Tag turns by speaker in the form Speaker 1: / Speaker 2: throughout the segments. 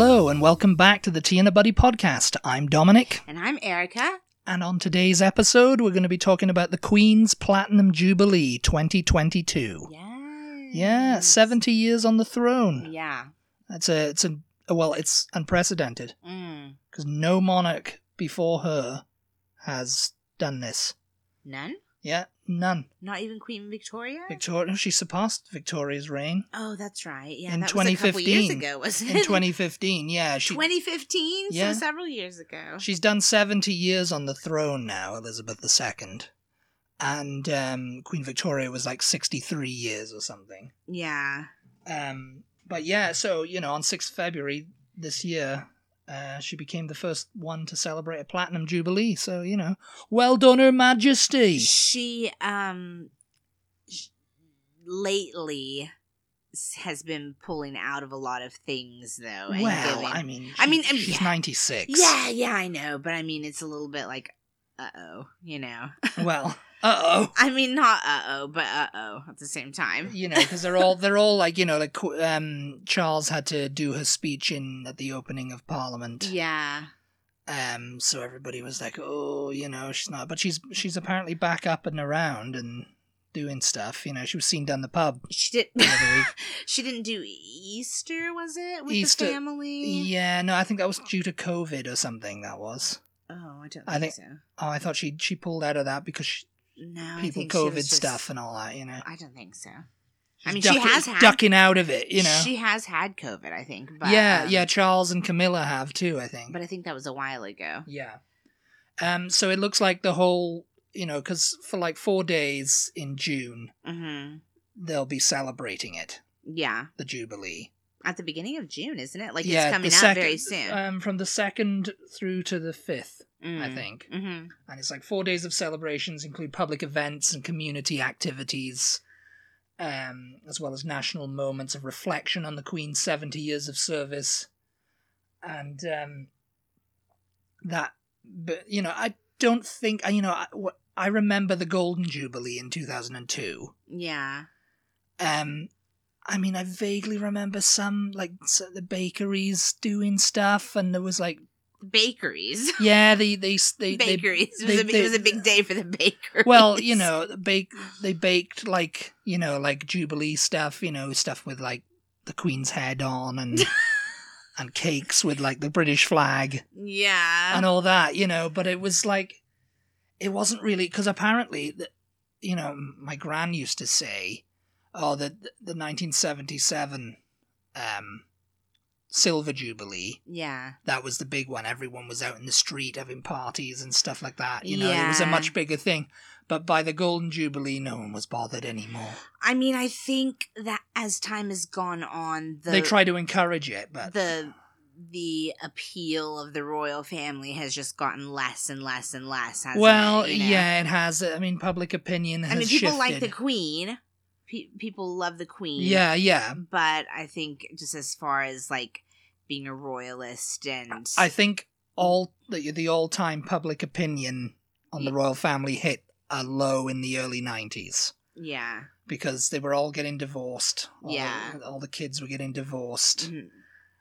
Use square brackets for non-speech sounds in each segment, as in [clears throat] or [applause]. Speaker 1: Welcome back to the Tea and a Buddy podcast. I'm Dominic,
Speaker 2: And I'm Erica.
Speaker 1: and on today's episode, we're going to be talking about the Queen's Platinum Jubilee 2022.
Speaker 2: Yes.
Speaker 1: Yeah, 70 years on the throne.
Speaker 2: Yeah.
Speaker 1: That's a, it's a, well, it's unprecedented
Speaker 2: Mm.
Speaker 1: because no monarch before her has done this.
Speaker 2: None?
Speaker 1: Yeah, none.
Speaker 2: Not even Queen Victoria?
Speaker 1: Victoria, she surpassed Victoria's reign
Speaker 2: oh, that's right. Yeah,
Speaker 1: In
Speaker 2: that was a couple years
Speaker 1: 2015.
Speaker 2: ago, wasn't it? [laughs]
Speaker 1: in 2015. Yeah, she
Speaker 2: 2015?
Speaker 1: Yeah.
Speaker 2: So several years ago.
Speaker 1: She's done 70 years on the throne now, Elizabeth II. And um, Queen Victoria was like 63 years or something.
Speaker 2: yeah.
Speaker 1: Um, but yeah, so, you know, on 6th February this year, uh, she became the first one to celebrate a platinum jubilee. So, you know, well done, Her Majesty.
Speaker 2: She, um, sh- lately s- has been pulling out of a lot of things, though. and
Speaker 1: Well,
Speaker 2: giving-
Speaker 1: I mean,
Speaker 2: I
Speaker 1: she-
Speaker 2: mean, um,
Speaker 1: she's
Speaker 2: yeah.
Speaker 1: 96.
Speaker 2: Yeah, yeah, I know. But I mean, it's a little bit like, uh oh, you know?
Speaker 1: Well, uh oh.
Speaker 2: I mean, not uh oh, but uh oh at the same time.
Speaker 1: you know because they're all they're all like you know like qu- um charles had to do her speech in at the opening of parliament
Speaker 2: Yeah.
Speaker 1: um so everybody was like oh you know she's not but she's she's apparently back up and around and doing stuff you know she was seen down the pub
Speaker 2: She did.
Speaker 1: the other week.
Speaker 2: [laughs] she didn't do Easter, was it? With
Speaker 1: Easter-
Speaker 2: the family?
Speaker 1: yeah no i think that was due to covid or something that was
Speaker 2: Oh, I don't think,
Speaker 1: I think-
Speaker 2: so.
Speaker 1: oh i thought she she pulled out of that because she,
Speaker 2: No, I
Speaker 1: people
Speaker 2: think she was
Speaker 1: covid
Speaker 2: just-
Speaker 1: stuff and all that you know
Speaker 2: I don't think so.
Speaker 1: She's
Speaker 2: I mean, she
Speaker 1: ducking-
Speaker 2: has had.
Speaker 1: ducking out of it you know
Speaker 2: She has had COVID, I think. But,
Speaker 1: yeah
Speaker 2: um,
Speaker 1: yeah charles and camilla have too i think
Speaker 2: But uh, I think that was a while ago.
Speaker 1: Yeah. Um. So it looks like the whole, you know, because for like four days in June
Speaker 2: hmm
Speaker 1: they'll be celebrating it,
Speaker 2: Yeah.
Speaker 1: the Jubilee.
Speaker 2: At the beginning of June, isn't it? Like,
Speaker 1: Yeah,
Speaker 2: it's coming
Speaker 1: the
Speaker 2: out
Speaker 1: second-
Speaker 2: very soon.
Speaker 1: Um, from the second through to the fifth, I think,
Speaker 2: hmm
Speaker 1: and it's like four days of celebrations include public events and community activities. Um, as well as national moments of reflection on the Queen's 70 years of service. And um, that but you know i don't think you know i, wh- I remember the golden jubilee in 2002
Speaker 2: Yeah.
Speaker 1: um i mean i vaguely remember some like s the bakeries doing stuff and there was like
Speaker 2: Bakeries.
Speaker 1: yeah they they s-
Speaker 2: [laughs]
Speaker 1: they, they
Speaker 2: bakeries. It was,
Speaker 1: they-
Speaker 2: a, big-
Speaker 1: they-
Speaker 2: it was a big day for the [laughs] bakeries.
Speaker 1: well you know bake they baked like you know like jubilee stuff you know stuff with like the queen's head on and and cakes with like the british flag
Speaker 2: Yeah.
Speaker 1: and all that, you know. But it was like, it wasn't really because apparently, th- you know, my gran used to say, "Oh, the the 1977 um, silver jubilee
Speaker 2: Yeah.
Speaker 1: that was the big one. Everyone was out in the street having parties and stuff like that. You know, it was a
Speaker 2: Yeah.
Speaker 1: much bigger thing. But by the golden jubilee, no one was bothered anymore.
Speaker 2: I mean, I think that as time has gone on, the
Speaker 1: they try to encourage it, but
Speaker 2: the the appeal of the royal family has just gotten less and less and less. Hasn't
Speaker 1: well,
Speaker 2: it, you know?
Speaker 1: yeah, it has. I mean, public opinion has
Speaker 2: I mean, people
Speaker 1: shifted.
Speaker 2: like the queen. Pe- people love the queen.
Speaker 1: yeah, yeah.
Speaker 2: But I think just as far as like being a royalist and
Speaker 1: I think all the, the all time public opinion on the royal family hit a low in the early nineties
Speaker 2: yeah.
Speaker 1: because they were all getting divorced. All
Speaker 2: Yeah.
Speaker 1: the, all the kids were getting divorced,
Speaker 2: Mhm.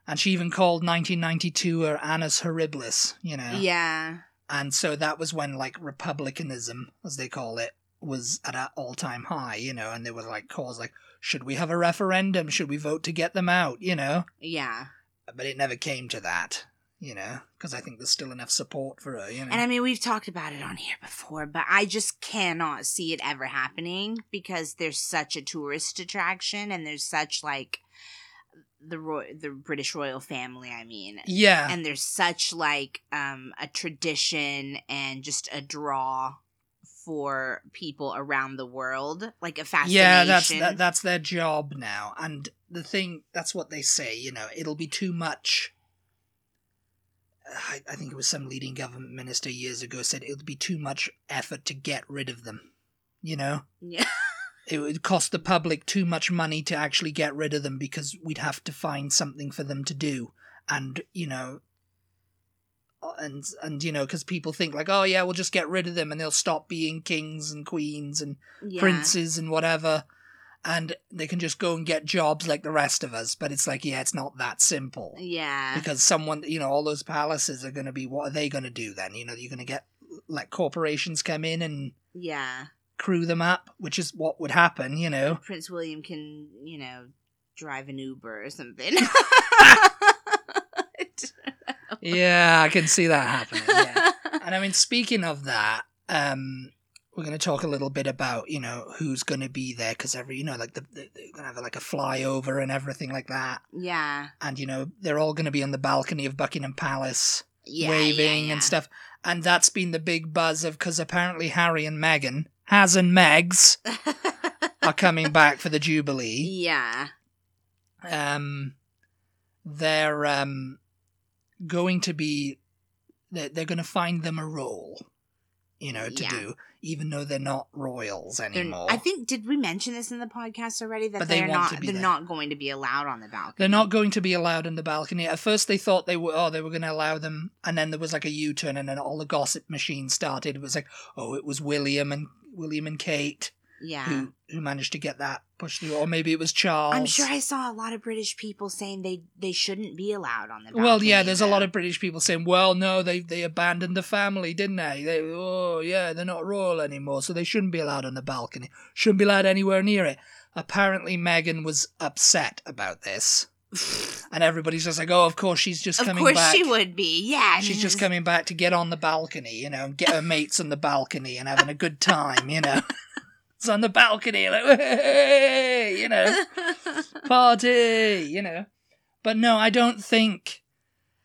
Speaker 1: and she even called 1992 her annus horribilis. You know,
Speaker 2: Yeah.
Speaker 1: and so that was when like republicanism, as they call it, was at an all time high. You know, and there were like calls like, should we have a referendum? Should we vote to get them out? You know
Speaker 2: Yeah.
Speaker 1: but it never came to that, you know, because I think there's still enough support for her, you know.
Speaker 2: And I mean, we've talked about it on here before, but I just cannot see it ever happening because there's such a tourist attraction and there's such like the roy- the British royal family, I mean.
Speaker 1: yeah,
Speaker 2: And there's such like um a tradition and just a draw for people around the world, like a fascination.
Speaker 1: yeah, that's that, that's their job now. And the thing that's what they say, you know, it'll be too much. I, I think it was some leading government minister years ago said it would be too much effort to get rid of them, you know.
Speaker 2: Yeah.
Speaker 1: It would cost the public too much money to actually get rid of them because we'd have to find something for them to do, and you know, uh, and and you know, because people think like, oh yeah, we'll just get rid of them and they'll stop being kings and queens and
Speaker 2: Yeah.
Speaker 1: princes and whatever. and they can just go and get jobs like the rest of us. But it's like, yeah, it's not that simple.
Speaker 2: Yeah.
Speaker 1: Because someone, you know, all those palaces are going to be, what are they going to do then? You know, you're going to get like corporations come in and
Speaker 2: Yeah.
Speaker 1: crew them up, which is what would happen, you
Speaker 2: [laughs]
Speaker 1: know.
Speaker 2: Prince William can, you know, drive an Uber or something.
Speaker 1: [laughs]
Speaker 2: [laughs]
Speaker 1: yeah, I can see that happening.
Speaker 2: [laughs]
Speaker 1: Yeah. And I mean, speaking of that, um, we're going to talk a little bit about you know who's going to be there because every you know like the, the, they're going to have like a flyover and everything like that,
Speaker 2: yeah.
Speaker 1: and you know they're all going to be on the balcony of Buckingham Palace
Speaker 2: Yeah.
Speaker 1: waving
Speaker 2: yeah, yeah.
Speaker 1: and stuff, and that's been the big buzz of because apparently Harry and Meghan, Has and
Speaker 2: [laughs]
Speaker 1: Megs, are coming back for the Jubilee.
Speaker 2: yeah. [laughs]
Speaker 1: Um, they're um going to be they're, they're going to find them a role, you know, to
Speaker 2: Yeah.
Speaker 1: do, even though they're not royals
Speaker 2: They're-
Speaker 1: anymore.
Speaker 2: I think did we mention this in the podcast already that
Speaker 1: But they
Speaker 2: they're
Speaker 1: want
Speaker 2: not
Speaker 1: to be
Speaker 2: they're
Speaker 1: there.
Speaker 2: not going to be allowed on the balcony.
Speaker 1: They're not going to be allowed on the balcony. At first, they thought they were. Oh, they were going to allow them, and then there was like a U-turn, and then all the gossip machine started. It was like, oh, it was William and William and Kate
Speaker 2: Yeah.
Speaker 1: who who managed to get that pushed through, or maybe it was Charles.
Speaker 2: I'm sure I saw a lot of British people saying they they shouldn't be allowed on the balcony.
Speaker 1: Well, yeah, there's a lot
Speaker 2: though.
Speaker 1: of British people saying, "Well, no, they they abandoned the family, didn't they? They oh yeah, they're not royal anymore, so they shouldn't be allowed on the balcony. Shouldn't be allowed anywhere near it." Apparently, Meghan was upset about this,
Speaker 2: [sighs]
Speaker 1: and everybody's just like, "Oh, of course she's just
Speaker 2: Of
Speaker 1: coming
Speaker 2: course
Speaker 1: back.
Speaker 2: she would be. Yeah. I
Speaker 1: She's
Speaker 2: mean, [laughs]
Speaker 1: just
Speaker 2: this-
Speaker 1: coming back to get on the balcony, you know, and get her mates on the balcony and having a good time, you
Speaker 2: [laughs]
Speaker 1: know." It's on the balcony, like, "Hey," you know party, you know. But no, I don't think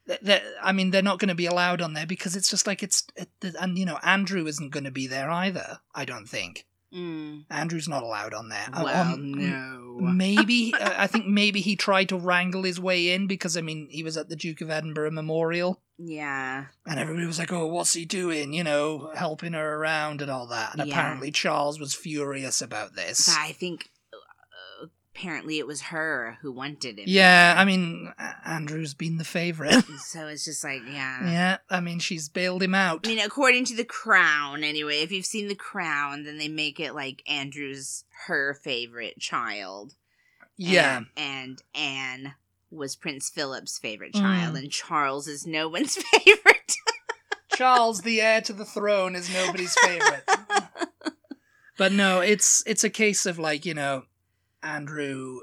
Speaker 1: that, that I mean they're not going to be allowed on there because it's just like it's it, and you know Andrew isn't going to be there either. I don't think
Speaker 2: Mm.
Speaker 1: Andrew's not allowed on there. Uh,
Speaker 2: Well,
Speaker 1: um,
Speaker 2: no. [laughs]
Speaker 1: Maybe uh, I think maybe he tried to wrangle his way in because I mean he was at the Duke of Edinburgh Memorial
Speaker 2: Yeah.
Speaker 1: and everybody was like, "Oh, what's he doing?" You know, helping her around and all that. And
Speaker 2: Yeah.
Speaker 1: apparently Charles was furious about this.
Speaker 2: But I think uh, apparently it was her who wanted it.
Speaker 1: Yeah, I mean A- Andrew's been the favorite. [laughs]
Speaker 2: So it's just like, yeah.
Speaker 1: Yeah, I mean, she's bailed him out.
Speaker 2: I mean, according to The Crown, anyway, if you've seen The Crown, then they make it like Andrew's her favorite child.
Speaker 1: yeah,
Speaker 2: And, and Anne was Prince Philip's favorite child,
Speaker 1: Mm.
Speaker 2: and Charles is no one's [laughs] favorite.
Speaker 1: [laughs] Charles, the heir to the throne, is nobody's
Speaker 2: [laughs]
Speaker 1: favorite. but no, it's it's a case of like you know, Andrew,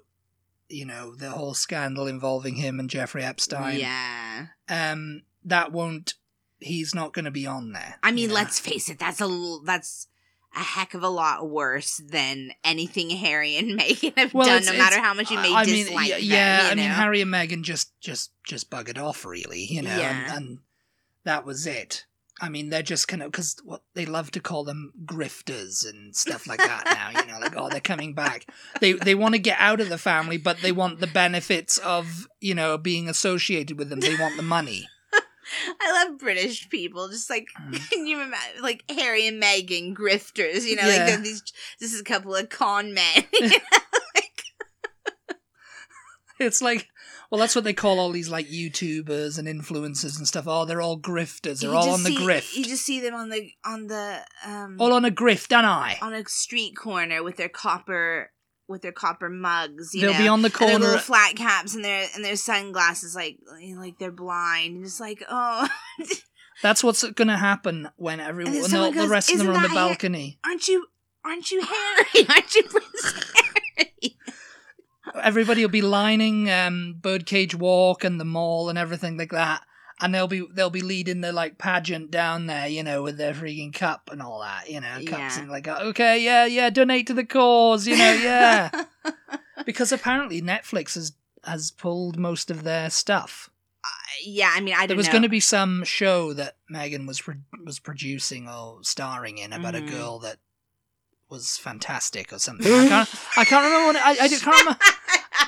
Speaker 1: you know, the whole scandal involving him and Jeffrey Epstein.
Speaker 2: Yeah.
Speaker 1: Um, that won't. He's not going to be on there.
Speaker 2: I mean,
Speaker 1: you know?
Speaker 2: let's face it, that's a l- that's a heck of a lot worse than anything Harry and [laughs] Meghan have
Speaker 1: Well,
Speaker 2: done.
Speaker 1: it's-
Speaker 2: No
Speaker 1: it's-
Speaker 2: matter how much you may
Speaker 1: I mean,
Speaker 2: dislike
Speaker 1: yeah,
Speaker 2: them,
Speaker 1: yeah,
Speaker 2: you
Speaker 1: I mean,
Speaker 2: know?
Speaker 1: Harry and Meghan just just just buggered off, really, you know,
Speaker 2: Yeah.
Speaker 1: and, and that was it. I mean, they're just kind of because what they love to call them grifters and stuff like that now, you know, like oh, they're coming back. They they want to get out of the family, but they want the benefits of you know being associated with them. They want the money. [laughs]
Speaker 2: I love British people. Just like
Speaker 1: Mm.
Speaker 2: [laughs] can you imagine, like Harry and Meghan grifters? You know,
Speaker 1: Yeah.
Speaker 2: like they're these. This is a couple of con men. [laughs]
Speaker 1: [laughs] It's like. Well, that's what they call all these like YouTubers and influencers and stuff. Oh, they're all grifters. They're
Speaker 2: You
Speaker 1: all
Speaker 2: just
Speaker 1: on the
Speaker 2: see-
Speaker 1: grift.
Speaker 2: You just see them on the on the um
Speaker 1: all on a grift, aren't I?
Speaker 2: on a street corner with their copper with their copper mugs. You
Speaker 1: They'll
Speaker 2: know?
Speaker 1: be on the
Speaker 2: and their
Speaker 1: corner.
Speaker 2: little flat caps and their and their sunglasses, like like they're blind, and it's like oh, [laughs]
Speaker 1: That's what's going to happen when everyone,
Speaker 2: then
Speaker 1: when
Speaker 2: someone
Speaker 1: all the
Speaker 2: goes,
Speaker 1: rest of them are on
Speaker 2: "Isn't
Speaker 1: the
Speaker 2: that Har-"
Speaker 1: balcony.
Speaker 2: aren't you aren't you Harry? [laughs] Aren't you Prince Harry?
Speaker 1: Everybody will be lining um, Birdcage Walk and the mall and everything like that, and they'll be they'll be leading the like pageant down there, you know, with their freaking cup and all that, you know, cups
Speaker 2: Yeah.
Speaker 1: and like, uh, okay, yeah, yeah, donate to the cause, [laughs] you know,
Speaker 2: [laughs]
Speaker 1: yeah, because apparently Netflix has has pulled most of their stuff.
Speaker 2: yeah. I mean, I don't
Speaker 1: There was
Speaker 2: know.
Speaker 1: going to be some show that Megan was pro- was producing or starring in about
Speaker 2: Mhm.
Speaker 1: a girl that was fantastic or something. I can't, I can't remember what it, I, I just can't remember.
Speaker 2: [laughs]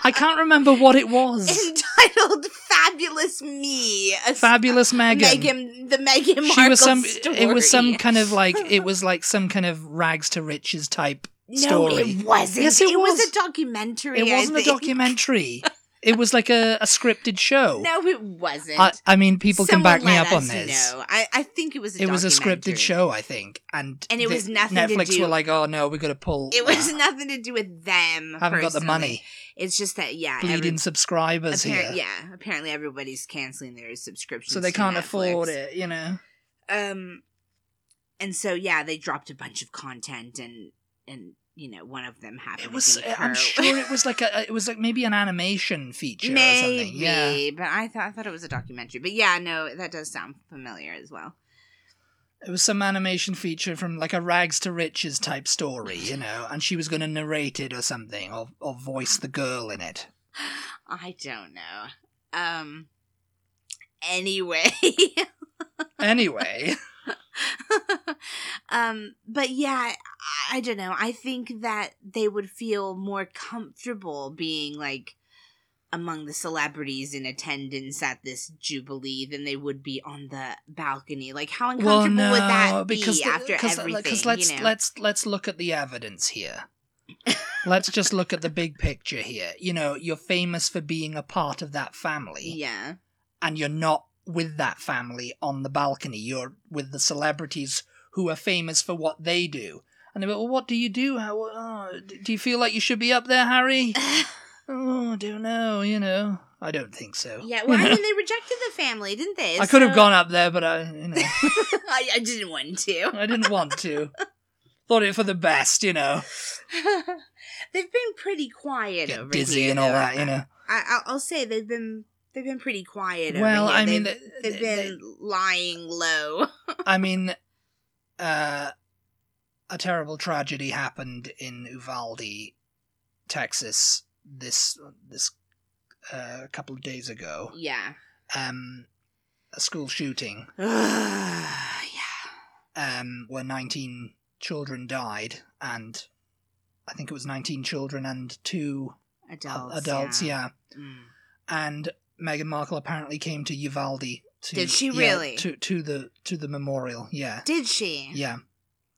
Speaker 1: I can't remember what it was.
Speaker 2: entitled "Fabulous Me." a s-
Speaker 1: Fabulous Megan.
Speaker 2: Meghan- the Meghan Markle
Speaker 1: she was some.
Speaker 2: story.
Speaker 1: It was some kind of like.
Speaker 2: [laughs]
Speaker 1: It was like some kind of rags to riches type.
Speaker 2: no,
Speaker 1: story.
Speaker 2: it wasn't.
Speaker 1: Yes, it
Speaker 2: it, was.
Speaker 1: was.
Speaker 2: a documentary.
Speaker 1: It
Speaker 2: I
Speaker 1: wasn't a
Speaker 2: think.
Speaker 1: documentary. It was like a, a scripted show.
Speaker 2: No, it wasn't.
Speaker 1: I, I mean, Uh, people
Speaker 2: Someone
Speaker 1: can back me
Speaker 2: let
Speaker 1: up on
Speaker 2: us
Speaker 1: this.
Speaker 2: know. I, I think it was a
Speaker 1: It was a scripted
Speaker 2: documentary.
Speaker 1: show, I think, and
Speaker 2: And it
Speaker 1: the-
Speaker 2: was nothing to
Speaker 1: Netflix
Speaker 2: do-
Speaker 1: were like, "Oh no, we got to pull."
Speaker 2: It was [laughs] nothing to do with them.
Speaker 1: haven't got the
Speaker 2: personally.
Speaker 1: money.
Speaker 2: It's just that yeah, every-
Speaker 1: Bleeding subscribers
Speaker 2: appar-
Speaker 1: here,
Speaker 2: yeah. Apparently, everybody's canceling their subscriptions,
Speaker 1: so they
Speaker 2: to
Speaker 1: can't
Speaker 2: Netflix.
Speaker 1: afford it. You know,
Speaker 2: Um, and so yeah, they dropped a bunch of content, and and you know, one of them happened.
Speaker 1: it
Speaker 2: to
Speaker 1: was.
Speaker 2: be her.
Speaker 1: I'm sure
Speaker 2: [laughs]
Speaker 1: it was like [laughs] a. It was like maybe an animation feature or
Speaker 2: Maybe,
Speaker 1: something. Yeah.
Speaker 2: but I thought I thought it was a documentary. But yeah, no, that does sound familiar as well. [sighs]
Speaker 1: It was some animation feature from like a rags to riches type story, you know, and she was going to narrate it or something, or, or voice the girl in it.
Speaker 2: I don't know. Um. Anyway, [laughs]
Speaker 1: Anyway,
Speaker 2: [laughs] um, but yeah, I, I don't know. I think that they would feel more comfortable being like among the celebrities in attendance at this jubilee than they would be on the balcony. Like, how uncomfortable
Speaker 1: well, no,
Speaker 2: would that be
Speaker 1: because the-
Speaker 2: after
Speaker 1: cause, uh,
Speaker 2: everything?
Speaker 1: Cause let's
Speaker 2: you know?
Speaker 1: let's let's look at the evidence here. let's just look at the big picture here. You know, you're famous for being a part of that family,
Speaker 2: [laughs]
Speaker 1: [laughs]
Speaker 2: yeah,
Speaker 1: and you're not with that family on the balcony. You're with the celebrities who are famous for what they do. And they went, well, what do you do? How, uh, d- do you feel like you should be up there,
Speaker 2: [laughs]
Speaker 1: Harry? Oh, I don't know, you know. I don't think so.
Speaker 2: yeah.
Speaker 1: You
Speaker 2: Well,
Speaker 1: [laughs]
Speaker 2: I
Speaker 1: know?
Speaker 2: mean, they rejected the family, didn't they?
Speaker 1: I could have
Speaker 2: So-
Speaker 1: gone up there, but I, you know,
Speaker 2: [laughs] I, I didn't want to. [laughs]
Speaker 1: I didn't want to. Thought it for the best, you know.
Speaker 2: they've been pretty quiet over
Speaker 1: Get dizzy
Speaker 2: here,
Speaker 1: and all
Speaker 2: though.
Speaker 1: that, you know.
Speaker 2: I, I'll- I'll say they've been they've been pretty quiet.
Speaker 1: Well,
Speaker 2: over here.
Speaker 1: I mean,
Speaker 2: they've,
Speaker 1: the- the-
Speaker 2: they've been lying low. [laughs]
Speaker 1: I mean, uh, a terrible tragedy happened in Uvalde, Texas, this this uh, couple of days ago.
Speaker 2: yeah.
Speaker 1: Um, a school shooting
Speaker 2: [sighs] yeah.
Speaker 1: um, where 19 children died, and I think it was 19 children and two
Speaker 2: Adults.
Speaker 1: adults, yeah.
Speaker 2: Mm.
Speaker 1: and Meghan Markle apparently came to Uvalde. To,
Speaker 2: Did she
Speaker 1: yeah,
Speaker 2: really?
Speaker 1: To to the to the memorial. Yeah,
Speaker 2: Did she?
Speaker 1: yeah,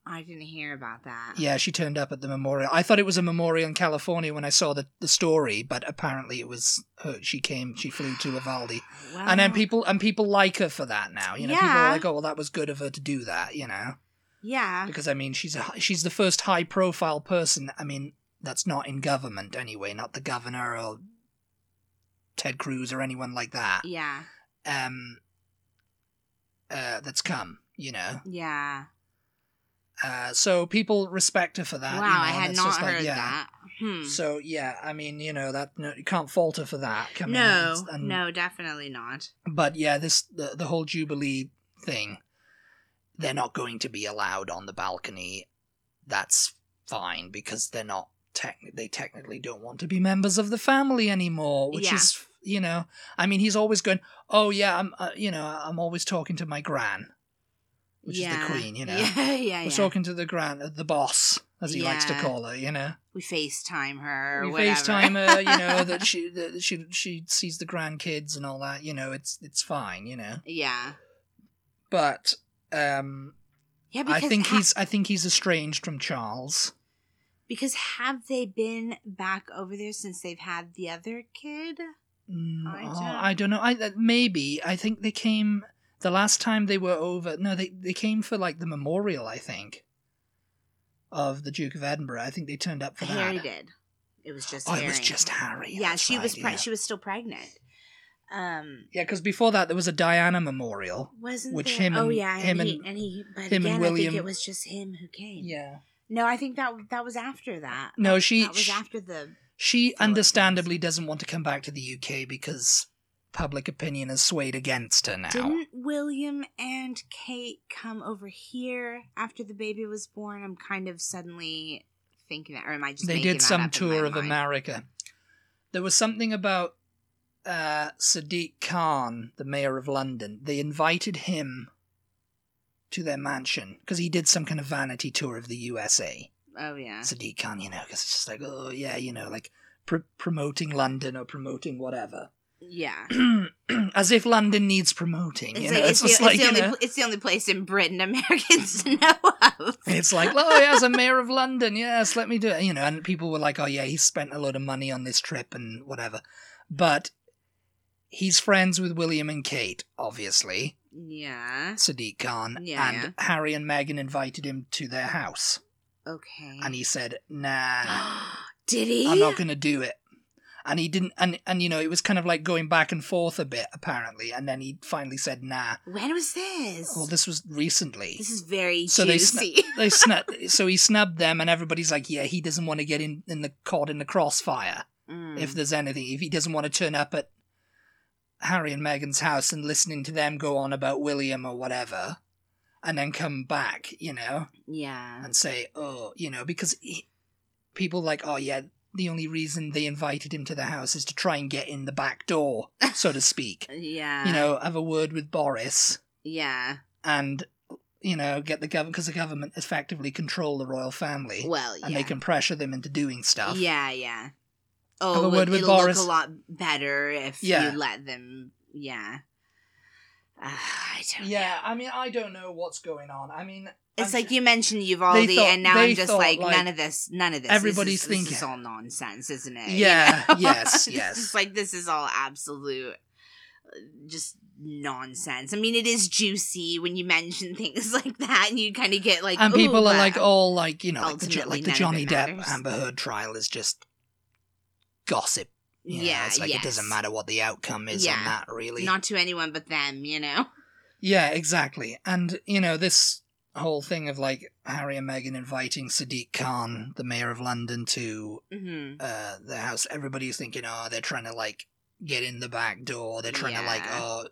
Speaker 2: I didn't hear about that.
Speaker 1: yeah. She turned up at the memorial. I thought it was a memorial in California when I saw the, the story, but apparently it was her. She came. She flew to Uvalde,
Speaker 2: Well,
Speaker 1: and then people and people like her for that now. You know, people
Speaker 2: Ah. Yeah. Ah.
Speaker 1: are like, oh well, that was good of her to do that. You know,
Speaker 2: Yeah.
Speaker 1: because I mean, she's a, hi- she's the first high profile person. I mean, that's not in government anyway. Not the governor or Ted Cruz or anyone like that.
Speaker 2: Yeah.
Speaker 1: um uh that's come you know
Speaker 2: Yeah.
Speaker 1: uh so people respect her for that
Speaker 2: wow,
Speaker 1: you know,
Speaker 2: I
Speaker 1: and
Speaker 2: had
Speaker 1: it's
Speaker 2: not
Speaker 1: just like,
Speaker 2: heard
Speaker 1: yeah.
Speaker 2: that. Hmm.
Speaker 1: so yeah i mean you know that no, you can't falter for that coming
Speaker 2: no,
Speaker 1: out and-
Speaker 2: no, definitely not.
Speaker 1: but yeah this the, the whole jubilee thing they're not going to be allowed on the balcony that's fine because they're not tech they technically don't want to be members of the family anymore which
Speaker 2: Yeah.
Speaker 1: is you know i mean he's always going oh yeah i'm uh, you know i'm always talking to my gran which
Speaker 2: Yeah.
Speaker 1: is the queen
Speaker 2: [laughs]
Speaker 1: you know
Speaker 2: Yeah, yeah,
Speaker 1: we're
Speaker 2: yeah.
Speaker 1: talking to the gran uh, the boss as he likes to
Speaker 2: Yeah.
Speaker 1: call her you know
Speaker 2: we FaceTime her. Or
Speaker 1: we
Speaker 2: whatever.
Speaker 1: FaceTime her, you know
Speaker 2: [laughs]
Speaker 1: that she that she she sees the grandkids and all that. You know, it's it's fine, you know.
Speaker 2: yeah.
Speaker 1: But um,
Speaker 2: Yeah,
Speaker 1: I
Speaker 2: because
Speaker 1: think
Speaker 2: ha-
Speaker 1: he's I think he's estranged from Charles.
Speaker 2: because have they been back over there since they've had the other kid?
Speaker 1: Mm,
Speaker 2: I
Speaker 1: oh,
Speaker 2: don't-
Speaker 1: I don't know. I uh, maybe I think they came the last time they were over. No, they they came for like the memorial. I think of the Duke of Edinburgh. I think they turned up for
Speaker 2: Harry
Speaker 1: that.
Speaker 2: did. It was just.
Speaker 1: Oh,
Speaker 2: Harry.
Speaker 1: it was just Harry.
Speaker 2: Yeah,
Speaker 1: that's
Speaker 2: she was.
Speaker 1: right,
Speaker 2: Pre-
Speaker 1: yeah.
Speaker 2: She was still pregnant. Um,
Speaker 1: Yeah, because before that there was a Diana memorial.
Speaker 2: wasn't
Speaker 1: Which
Speaker 2: there-
Speaker 1: him
Speaker 2: oh
Speaker 1: and-
Speaker 2: yeah,
Speaker 1: him
Speaker 2: and, he,
Speaker 1: and-
Speaker 2: and he. But
Speaker 1: him and
Speaker 2: again, I
Speaker 1: William-
Speaker 2: think it was just him who came.
Speaker 1: Yeah.
Speaker 2: No, I think that that was after that.
Speaker 1: No,
Speaker 2: That-
Speaker 1: she-
Speaker 2: That was
Speaker 1: she-
Speaker 2: after the.
Speaker 1: She
Speaker 2: Philip Jones.
Speaker 1: understandably doesn't want to come back to the UK because public opinion has swayed against her now.
Speaker 2: Didn't William and Kate come over here after the baby was born? I'm kind of suddenly thinking that, or am I just
Speaker 1: they
Speaker 2: making
Speaker 1: did
Speaker 2: that
Speaker 1: some
Speaker 2: up in my
Speaker 1: tour of
Speaker 2: mind?
Speaker 1: America. There was something about uh, Sadiq Khan, the mayor of London. They invited him to their mansion because he did some kind of vanity tour of the USA.
Speaker 2: Oh yeah,
Speaker 1: Sadiq Khan, you know, because it's just like, oh yeah, you know, like pr- promoting London or promoting whatever,
Speaker 2: yeah.
Speaker 1: [clears throat] as if London needs promoting.
Speaker 2: It's,
Speaker 1: you
Speaker 2: like,
Speaker 1: know?
Speaker 2: it's, the,
Speaker 1: just
Speaker 2: it's,
Speaker 1: like,
Speaker 2: the
Speaker 1: you
Speaker 2: only,
Speaker 1: know.
Speaker 2: pl- it's the only place in Britain Americans [laughs] know of.
Speaker 1: [laughs] It's like, oh, yeah, as a mayor of London, yes, let me do it. You know, and people were like, oh, yeah, he spent a lot of money on this trip and whatever. But he's friends with William and Kate, obviously,
Speaker 2: Yeah.
Speaker 1: Sadiq Khan.
Speaker 2: Yeah,
Speaker 1: and Harry and Meghan invited him to their house.
Speaker 2: Okay. [gasps]
Speaker 1: And he said, nah.
Speaker 2: Did he?
Speaker 1: I'm not going to do it. And he didn't, and, and you know, it was kind of like going back and forth a bit, apparently. And then he finally said, nah.
Speaker 2: when was this?
Speaker 1: Well, this was recently.
Speaker 2: this is very
Speaker 1: So they sna- [laughs]
Speaker 2: juicy. [laughs]
Speaker 1: they snub, so he snubbed them, and everybody's like, yeah, he doesn't want to get in, in the caught in the crossfire.
Speaker 2: Mm.
Speaker 1: If there's anything, if he doesn't want to turn up at Harry and Meghan's house and listening to them go on about William or whatever, and then come back, you know?
Speaker 2: yeah.
Speaker 1: and say, oh, you know, because he, people like, oh, yeah, the only reason they invited him to the house is to try and get in the back door, so to
Speaker 2: [laughs]
Speaker 1: speak.
Speaker 2: Yeah.
Speaker 1: you know, have a word with Boris
Speaker 2: Yeah.
Speaker 1: and, you know, get the government, because the government effectively control the royal family
Speaker 2: Well,
Speaker 1: and
Speaker 2: yeah.
Speaker 1: they can pressure them into doing stuff.
Speaker 2: Yeah, yeah.
Speaker 1: Have a
Speaker 2: Oh,
Speaker 1: word
Speaker 2: it,
Speaker 1: with
Speaker 2: it'll
Speaker 1: Boris.
Speaker 2: look a lot better if
Speaker 1: Yeah.
Speaker 2: you let them. Yeah. [sighs] Uh, I don't
Speaker 1: Yeah, I mean, I don't know what's going on. I mean,
Speaker 2: It's
Speaker 1: I'm
Speaker 2: like
Speaker 1: su-
Speaker 2: you mentioned Uvalde,
Speaker 1: thought-
Speaker 2: and now
Speaker 1: they
Speaker 2: I'm just
Speaker 1: thought,
Speaker 2: like,
Speaker 1: like,
Speaker 2: none of this, none of this. This
Speaker 1: everybody's
Speaker 2: is,
Speaker 1: thinking-
Speaker 2: this is all nonsense, isn't it?
Speaker 1: Yeah,
Speaker 2: You know? [laughs]
Speaker 1: yes,
Speaker 2: This
Speaker 1: yes.
Speaker 2: is like this is all absolute, uh, just nonsense. I mean, it is juicy when you mention [laughs] things like that, and you kind of get like,
Speaker 1: and people
Speaker 2: "Ooh,
Speaker 1: are
Speaker 2: but
Speaker 1: like, oh, all like, you know, like the, Jo-
Speaker 2: ultimately
Speaker 1: like the
Speaker 2: none of it
Speaker 1: Johnny Depp
Speaker 2: matters.
Speaker 1: Amber Heard trial is just gossip. You know,
Speaker 2: yeah,
Speaker 1: it's like it
Speaker 2: yes.
Speaker 1: doesn't matter what the outcome is on
Speaker 2: Yeah.
Speaker 1: that, really.
Speaker 2: not to anyone but them, you know." [laughs]
Speaker 1: Yeah, exactly. And, you know, this whole thing of like Harry and Meghan inviting Sadiq Khan, the mayor of London, to
Speaker 2: hmm
Speaker 1: uh, their house, everybody's thinking, oh, they're trying to like get in the back door. They're trying to like,
Speaker 2: Yeah.
Speaker 1: oh,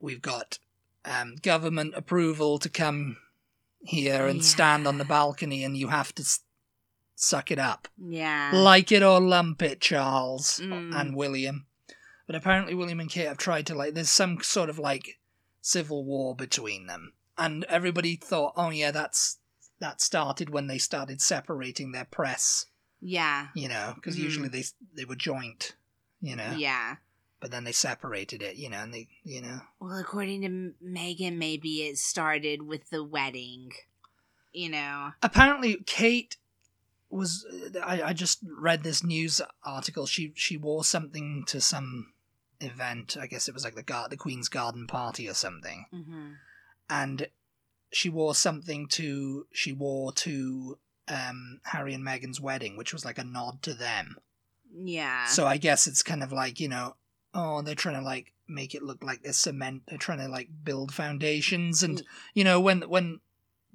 Speaker 1: we've got um, government approval to come here and stand on the
Speaker 2: Yeah.
Speaker 1: balcony and you have to s- suck it up.
Speaker 2: Yeah.
Speaker 1: Like it or lump it, Charles
Speaker 2: Mm.
Speaker 1: and William. But apparently, William and Kate have tried to, like, there's some sort of, like, civil war between them. And everybody thought, oh, yeah, that's that started when they started separating their press,
Speaker 2: yeah.
Speaker 1: you know, because
Speaker 2: Mhm.
Speaker 1: usually they they were joint, you know,
Speaker 2: Yeah.
Speaker 1: but then they separated it, you know, and they, you know,
Speaker 2: Well, according to Megan, maybe it started with the wedding. You know.
Speaker 1: apparently Kate was uh, I, I just read this news article she she wore something to some event i guess it was like the gar- the queen's garden party or something
Speaker 2: hmm
Speaker 1: and she wore something to she wore to um harry and meghan's wedding which was like a nod to them
Speaker 2: Yeah.
Speaker 1: so i guess it's kind of like you know oh they're trying to like make it look like they're cement they're trying to like build foundations and
Speaker 2: Mm.
Speaker 1: you know when when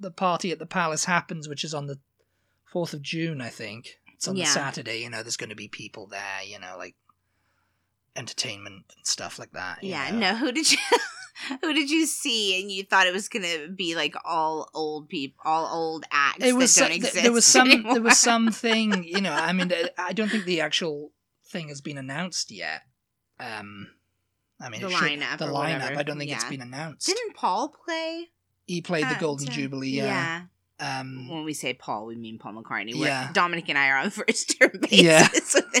Speaker 1: the party at the palace happens which is on the 4th of june i think it's on the
Speaker 2: Yeah.
Speaker 1: saturday you know there's going to be people there you know like entertainment and stuff like that you
Speaker 2: yeah.
Speaker 1: know.
Speaker 2: No. Who did you? [laughs] Who did you see? And you thought it was gonna be like all old people, all old acts
Speaker 1: it was
Speaker 2: that
Speaker 1: so-
Speaker 2: don't
Speaker 1: th-
Speaker 2: exist.
Speaker 1: there was some
Speaker 2: [laughs] anymore.
Speaker 1: there was something you know i mean
Speaker 2: [laughs]
Speaker 1: th- i don't think the actual thing has been announced yet um i mean
Speaker 2: The
Speaker 1: it should-
Speaker 2: lineup
Speaker 1: the
Speaker 2: or
Speaker 1: lineup
Speaker 2: whatever,
Speaker 1: i don't think it's
Speaker 2: yeah.
Speaker 1: been announced
Speaker 2: Didn't Paul play?
Speaker 1: he played the
Speaker 2: at,
Speaker 1: golden
Speaker 2: uh,
Speaker 1: jubilee yeah, um
Speaker 2: When we say Paul, we mean Paul McCartney. We're-
Speaker 1: Yeah.
Speaker 2: Dominic and I are on [laughs] first term
Speaker 1: [laughs] Yeah.
Speaker 2: basis. [laughs] Yeah.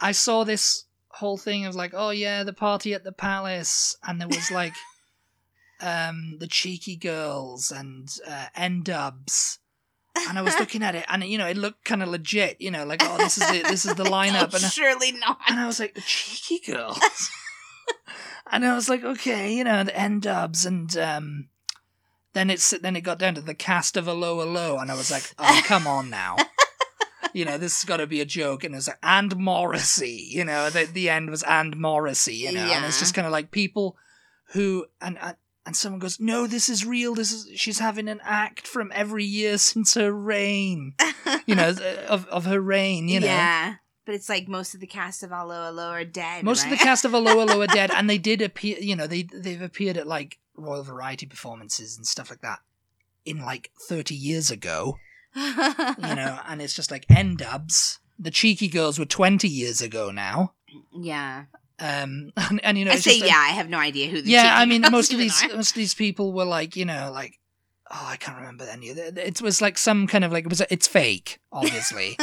Speaker 1: i saw this whole thing of like oh yeah the party at the palace and there was
Speaker 2: [laughs]
Speaker 1: like um the cheeky girls and uh n-dubs and i
Speaker 2: [laughs]
Speaker 1: was looking at it and you know it looked kind of legit you know like oh this is the this
Speaker 2: [laughs]
Speaker 1: is the lineup and
Speaker 2: surely not.
Speaker 1: And I was like, the cheeky girls. [laughs] and I was like, okay, you know, the N dubs and um then it's then it got down to the cast of a lower low and I was like, oh come on now. [laughs] You know, this has got to be a joke, and it's like, and Morrissey. You know, the the end was and Morrissey. You know, and it's
Speaker 2: Yeah.
Speaker 1: just kind of like people who and and- and someone goes, no, this is real. This is she's having an act from every year since her reign. [laughs] You know, [laughs] of of her reign. You know,
Speaker 2: Yeah. But it's like most of the cast of Allo Allo are dead.
Speaker 1: Most of the
Speaker 2: right?
Speaker 1: cast of Aloha
Speaker 2: [laughs]
Speaker 1: Loa dead, and they did appear. You know, they they've appeared at like royal variety performances and stuff like that in like thirty years ago.
Speaker 2: [laughs]
Speaker 1: You know, and it's just like N Dubs. The cheeky girls were twenty years ago now.
Speaker 2: yeah.
Speaker 1: Um, [laughs] and, and you know,
Speaker 2: I
Speaker 1: it's
Speaker 2: say
Speaker 1: just a-
Speaker 2: yeah. I have no idea who. The
Speaker 1: yeah.
Speaker 2: cheeky
Speaker 1: I mean,
Speaker 2: girls
Speaker 1: most of
Speaker 2: even
Speaker 1: these
Speaker 2: are.
Speaker 1: most of these people were like, you know, like oh, I can't remember any of it. It was like some kind of like it was it's fake, obviously.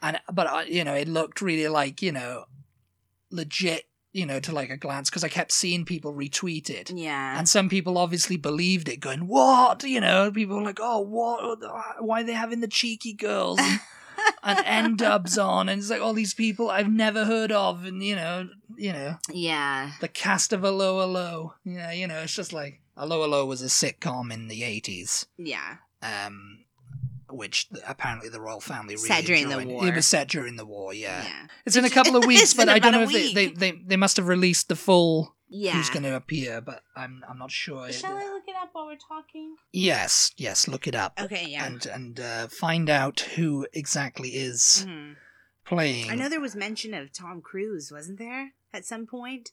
Speaker 1: and but I, you know it looked really like you know legit you know to like a glance because i kept seeing people retweet it
Speaker 2: [laughs] yeah.
Speaker 1: and some people obviously believed it going what you know people were like oh what why are they having the cheeky girls and N-dubs on, and it's like all these people I've never heard of, and you know, you know,
Speaker 2: yeah.
Speaker 1: the cast of Aloha Low. Yeah, you know, it's just like Aloha Low was a sitcom in the eighties,
Speaker 2: Yeah.
Speaker 1: um, which th- apparently the royal family really
Speaker 2: Set during the
Speaker 1: enjoyed.
Speaker 2: war.
Speaker 1: It was set during the war. Yeah,
Speaker 2: Yeah.
Speaker 1: it's
Speaker 2: [laughs]
Speaker 1: in a couple of weeks,
Speaker 2: It's
Speaker 1: but
Speaker 2: in
Speaker 1: I don't know
Speaker 2: about
Speaker 1: if
Speaker 2: a
Speaker 1: they, they, they they must have released the full
Speaker 2: Yeah.
Speaker 1: who's going to appear, but I'm I'm not sure.
Speaker 2: Shall I look it up while we're talking?
Speaker 1: Yes, yes, look it up.
Speaker 2: Okay, yeah.
Speaker 1: And and uh, find out who exactly is
Speaker 2: Mhm.
Speaker 1: playing.
Speaker 2: I know there was mention of Tom Cruise, wasn't there, at some point?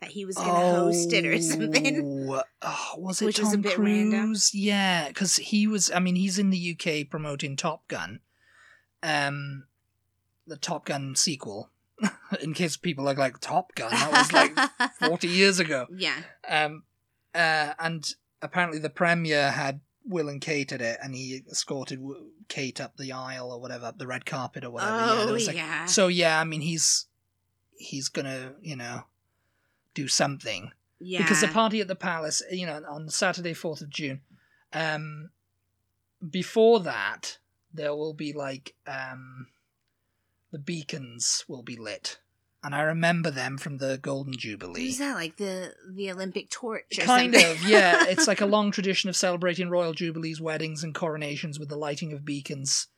Speaker 2: That he was going to host it or [laughs] something.
Speaker 1: Oh, oh, was it
Speaker 2: Which
Speaker 1: Tom
Speaker 2: was a bit
Speaker 1: Cruise?
Speaker 2: random.
Speaker 1: Yeah, because he was. I mean, he's in the UK promoting Top Gun, um, the Top Gun sequel. [laughs] in case people are like Top Gun, that was
Speaker 2: [laughs]
Speaker 1: like forty years ago.
Speaker 2: yeah.
Speaker 1: Um, uh, and apparently the premiere had Will and Kate at it, and he escorted W- Kate up the aisle or whatever, up the red carpet or whatever. yeah, there
Speaker 2: oh,
Speaker 1: was like-
Speaker 2: yeah.
Speaker 1: So yeah, I mean he's he's gonna you know do something
Speaker 2: yeah.
Speaker 1: because the party at the palace, you know, on Saturday fourth of June. Um, before that, there will be like um, the beacons will be lit, and I remember them from the Golden Jubilee.
Speaker 2: Who's that? Like the the Olympic torch or
Speaker 1: Kind
Speaker 2: something?
Speaker 1: of, yeah. It's like a long tradition of celebrating royal jubilees, weddings, and coronations with the lighting of beacons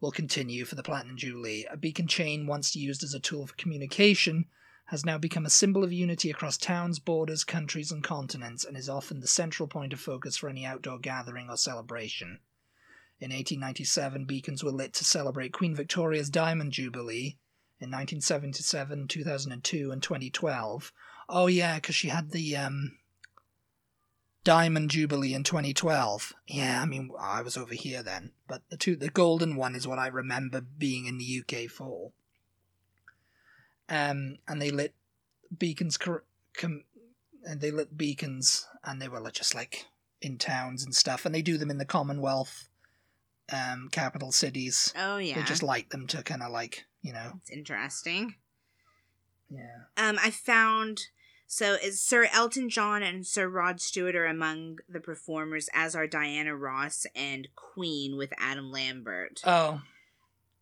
Speaker 1: will continue for the Platinum Jubilee. A beacon chain, once used as a tool for communication, has now become a symbol of unity across towns, borders, countries, and continents, and is often the central point of focus for any outdoor gathering or celebration. In 1897, beacons were lit to celebrate Queen Victoria's Diamond Jubilee. In 1977, 2002, and 2012. Oh yeah, because she had the um, Diamond Jubilee in 2012. Yeah, I mean, I was over here then, but the two, the golden one is what I remember being in the UK for. Um, and they lit beacons, cor- com- and they lit beacons, and they were like, just like in towns and stuff, and they do them in the Commonwealth, um, capital cities.
Speaker 2: [laughs] Oh yeah.
Speaker 1: They just light them to kind of like you know,
Speaker 2: It's interesting.
Speaker 1: yeah,
Speaker 2: Um, I found so it's Sir Elton John and Sir Rod Stewart are among the performers, as are Diana Ross and Queen with Adam Lambert.
Speaker 1: oh.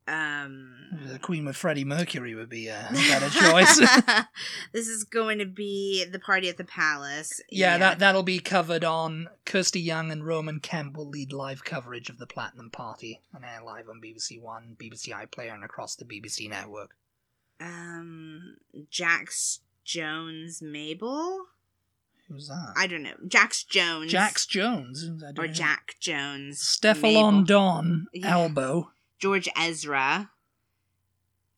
Speaker 2: Um,
Speaker 1: The Queen with Freddie Mercury would be
Speaker 2: [laughs]
Speaker 1: uh, a better choice. [laughs] yeah,
Speaker 2: this is going to be the party at the palace.
Speaker 1: that that'll be covered on. Kirsty Young and Roman Kemp will lead live coverage of the Platinum Party on air live on BBC One, BBC iPlayer, and across the BBC network.
Speaker 2: um, Jax Jones Mabel.
Speaker 1: Who's that?
Speaker 2: I don't know. Jax Jones.
Speaker 1: Jax Jones I don't
Speaker 2: or
Speaker 1: know.
Speaker 2: Jack Jones. Mabel.
Speaker 1: Stephalon Don
Speaker 2: Yeah.
Speaker 1: Elbow.
Speaker 2: George Ezra,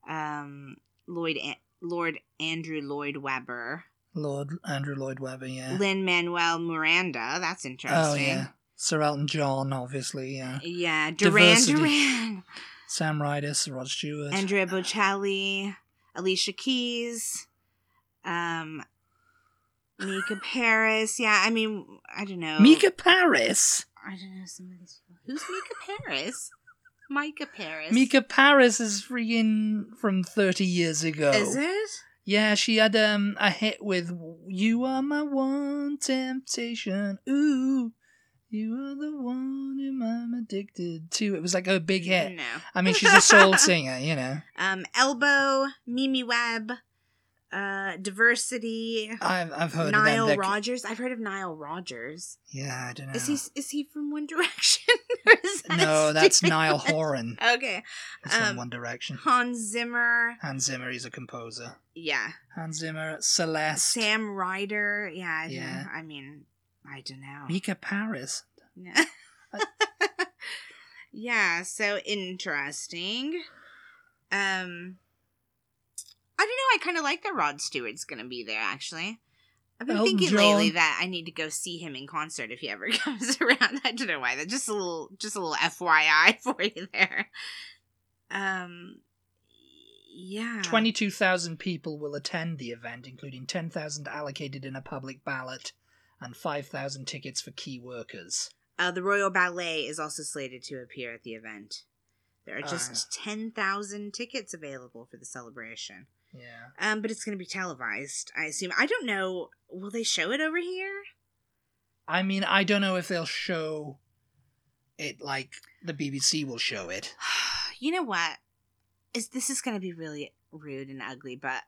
Speaker 2: um, Lloyd An- Lord Andrew Lloyd Webber,
Speaker 1: Lord Andrew Lloyd Webber. Yeah.
Speaker 2: Lynn Manuel Miranda. That's
Speaker 1: Eh. oh
Speaker 2: interesting.
Speaker 1: yeah. Sir Elton John, obviously. Yeah.
Speaker 2: Yeah, Duran
Speaker 1: Diversity.
Speaker 2: Duran,
Speaker 1: Sam Ryder, Sir Rod Stewart.
Speaker 2: Andrea Bocelli, Alicia Keys, um, Mika Paris. Yeah, I mean, I don't know.
Speaker 1: Mika Paris.
Speaker 2: I don't know some of these people. Who's Mika Paris? Micah Paris.
Speaker 1: Mika Paris is freaking from thirty years ago.
Speaker 2: Is it?
Speaker 1: Yeah, she had um a hit with "You Are My One Temptation." Ooh, you are the one whom I'm addicted to. It was like a big hit.
Speaker 2: No.
Speaker 1: I mean, she's a soul singer, you know.
Speaker 2: um, Elbow, Mimi Webb, uh, Diversity,
Speaker 1: I've I've heard of them.
Speaker 2: Nile
Speaker 1: They're-
Speaker 2: Rogers. I've heard of Nile Rogers.
Speaker 1: Yeah, I don't know.
Speaker 2: Is he is he from One Direction? [laughs] or is that [laughs]
Speaker 1: no, that's
Speaker 2: Stevie
Speaker 1: Niall
Speaker 2: Wonder?
Speaker 1: Horan
Speaker 2: Okay,
Speaker 1: It's from
Speaker 2: Um,
Speaker 1: One Direction.
Speaker 2: Hans Zimmer.
Speaker 1: Hans Zimmer, he's a composer.
Speaker 2: Yeah,
Speaker 1: Hans Zimmer, Celeste,
Speaker 2: Sam Ryder. Yeah, I don't-
Speaker 1: Yeah.
Speaker 2: I mean, I don't know.
Speaker 1: Mika Paris.
Speaker 2: Yeah. [laughs] yeah, so interesting. Um I don't know, I kind of like that Rod Stewart's going to be there actually. I've been
Speaker 1: Elton
Speaker 2: thinking lately
Speaker 1: John.
Speaker 2: that I need to go see him in concert if he ever [laughs] comes around. I don't know why. That just a little just a little FYI [laughs] for you there. Um yeah.
Speaker 1: 22,000 people will attend the event, including 10,000 allocated in a public ballot and 5,000 tickets for key workers.
Speaker 2: Uh, the Royal Ballet is also slated to appear at the event. There are
Speaker 1: Ah.
Speaker 2: just 10,000 tickets available for the celebration.
Speaker 1: Yeah.
Speaker 2: Um, but it's going to be televised, I assume. I don't know. Will they show it over here?
Speaker 1: I mean, I don't know if they'll show it like the BBC will show it.
Speaker 2: [sighs] You know what? Is this is going to be really rude and ugly, but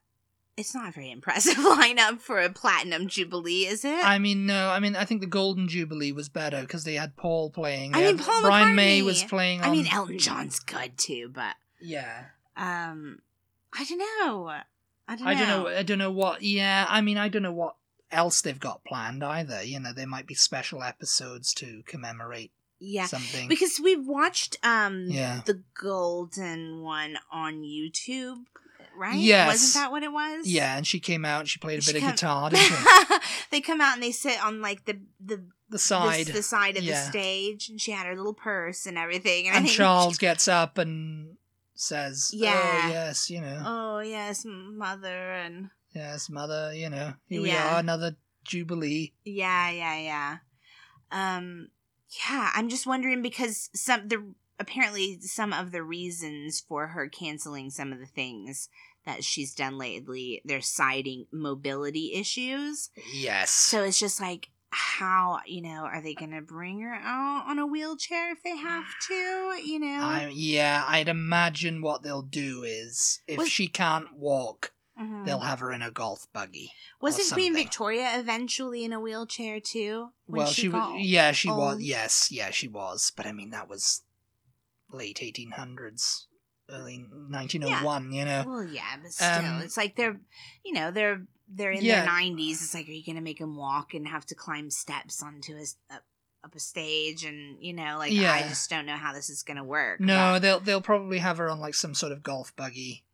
Speaker 2: it's not a very impressive [laughs] lineup for a platinum jubilee, is it?
Speaker 1: I mean, no. I mean, I think the Golden Jubilee was better because they had Paul playing.
Speaker 2: I
Speaker 1: they
Speaker 2: mean,
Speaker 1: had-
Speaker 2: Paul
Speaker 1: Brian
Speaker 2: McCartney.
Speaker 1: May was playing. On,
Speaker 2: I mean, Elton John's good too, but
Speaker 1: yeah.
Speaker 2: um, I don't know. I don't know.
Speaker 1: I don't know. I don't know what. Yeah, I mean, I don't know what else they've got planned either. You know, there might be special episodes to commemorate
Speaker 2: Yeah,
Speaker 1: something.
Speaker 2: because we watched um
Speaker 1: Yeah.
Speaker 2: the golden one on YouTube, right?
Speaker 1: Yes.
Speaker 2: wasn't that what it was?
Speaker 1: yeah, and she came out. and She played a
Speaker 2: She
Speaker 1: bit
Speaker 2: come-
Speaker 1: of
Speaker 2: [laughs]
Speaker 1: guitar, didn't she?
Speaker 2: they come out and they sit on like the the
Speaker 1: The
Speaker 2: the-
Speaker 1: side.
Speaker 2: the, side of
Speaker 1: Yeah.
Speaker 2: the stage, and she had her little purse and everything. And, I
Speaker 1: and
Speaker 2: think
Speaker 1: Charles gets up and says,
Speaker 2: Yeah.
Speaker 1: "Oh yes, you know,
Speaker 2: oh yes, mother, and
Speaker 1: yes, mother, you know, here we
Speaker 2: Yeah.
Speaker 1: are, another jubilee."
Speaker 2: yeah, yeah, yeah. Um, yeah, I'm just wondering because some the apparently some of the reasons for her canceling some of the things that she's done lately, they're citing mobility issues.
Speaker 1: Yes.
Speaker 2: So it's just like, how, you know, are they going to bring her out on a wheelchair if they have to? You know?
Speaker 1: I, yeah, I'd imagine what they'll do is if
Speaker 2: Was-
Speaker 1: she can't walk,
Speaker 2: Mhm.
Speaker 1: they'll have her in a golf buggy.
Speaker 2: Wasn't
Speaker 1: or
Speaker 2: Queen
Speaker 1: something.
Speaker 2: Victoria eventually in a wheelchair too? when Oh.
Speaker 1: well, she,
Speaker 2: got
Speaker 1: was. Yeah, she was.
Speaker 2: old?
Speaker 1: Yes, yeah, she was. But I mean, that was late 1800s, early 1901. You know.
Speaker 2: Well, yeah, but still,
Speaker 1: Um,
Speaker 2: it's like they're, you know, they're they're in
Speaker 1: Yeah.
Speaker 2: their nineties. It's like, are you going to make them walk and have to climb steps onto a s- up, up a stage? And you know, like I
Speaker 1: Yeah.
Speaker 2: just don't know how this is going to work.
Speaker 1: No,
Speaker 2: but-
Speaker 1: they'll they'll probably have her on like some sort of golf buggy,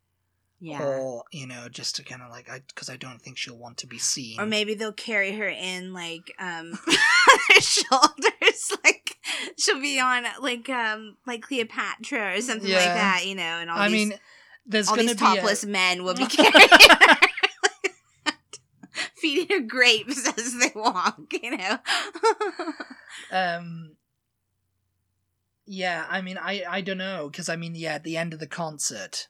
Speaker 2: yeah, or,
Speaker 1: or you know, just to kind of like, because I, don't think she'll want to be seen.
Speaker 2: maybe they'll carry her in like
Speaker 1: [laughs]
Speaker 2: um [laughs] their shoulders, like she'll be on like um like Cleopatra or something like
Speaker 1: Yeah.
Speaker 2: that, you know. And all
Speaker 1: I
Speaker 2: these,
Speaker 1: mean, there's
Speaker 2: all
Speaker 1: gonna
Speaker 2: these
Speaker 1: be a-
Speaker 2: topless
Speaker 1: [laughs]
Speaker 2: men will be carrying her. [laughs] Feeding her grapes [laughs] as they walk, you know. [laughs]
Speaker 1: um yeah i mean i i don't know because i mean yeah at the end of the concert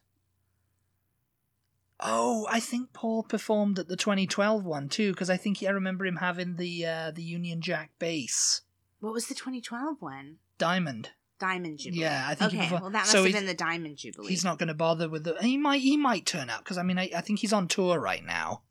Speaker 1: oh i think paul performed at the 2012 one too because i think he, i remember him having the uh the union jack bass
Speaker 2: what was the 2012 one?
Speaker 1: diamond
Speaker 2: Diamond Jubilee.
Speaker 1: Yeah, I think he
Speaker 2: Okay,
Speaker 1: perfor-
Speaker 2: well that must
Speaker 1: so
Speaker 2: have
Speaker 1: he's-
Speaker 2: been the Diamond Jubilee.
Speaker 1: he's not going to bother with the he might he might turn up because i mean I, I think he's on tour right now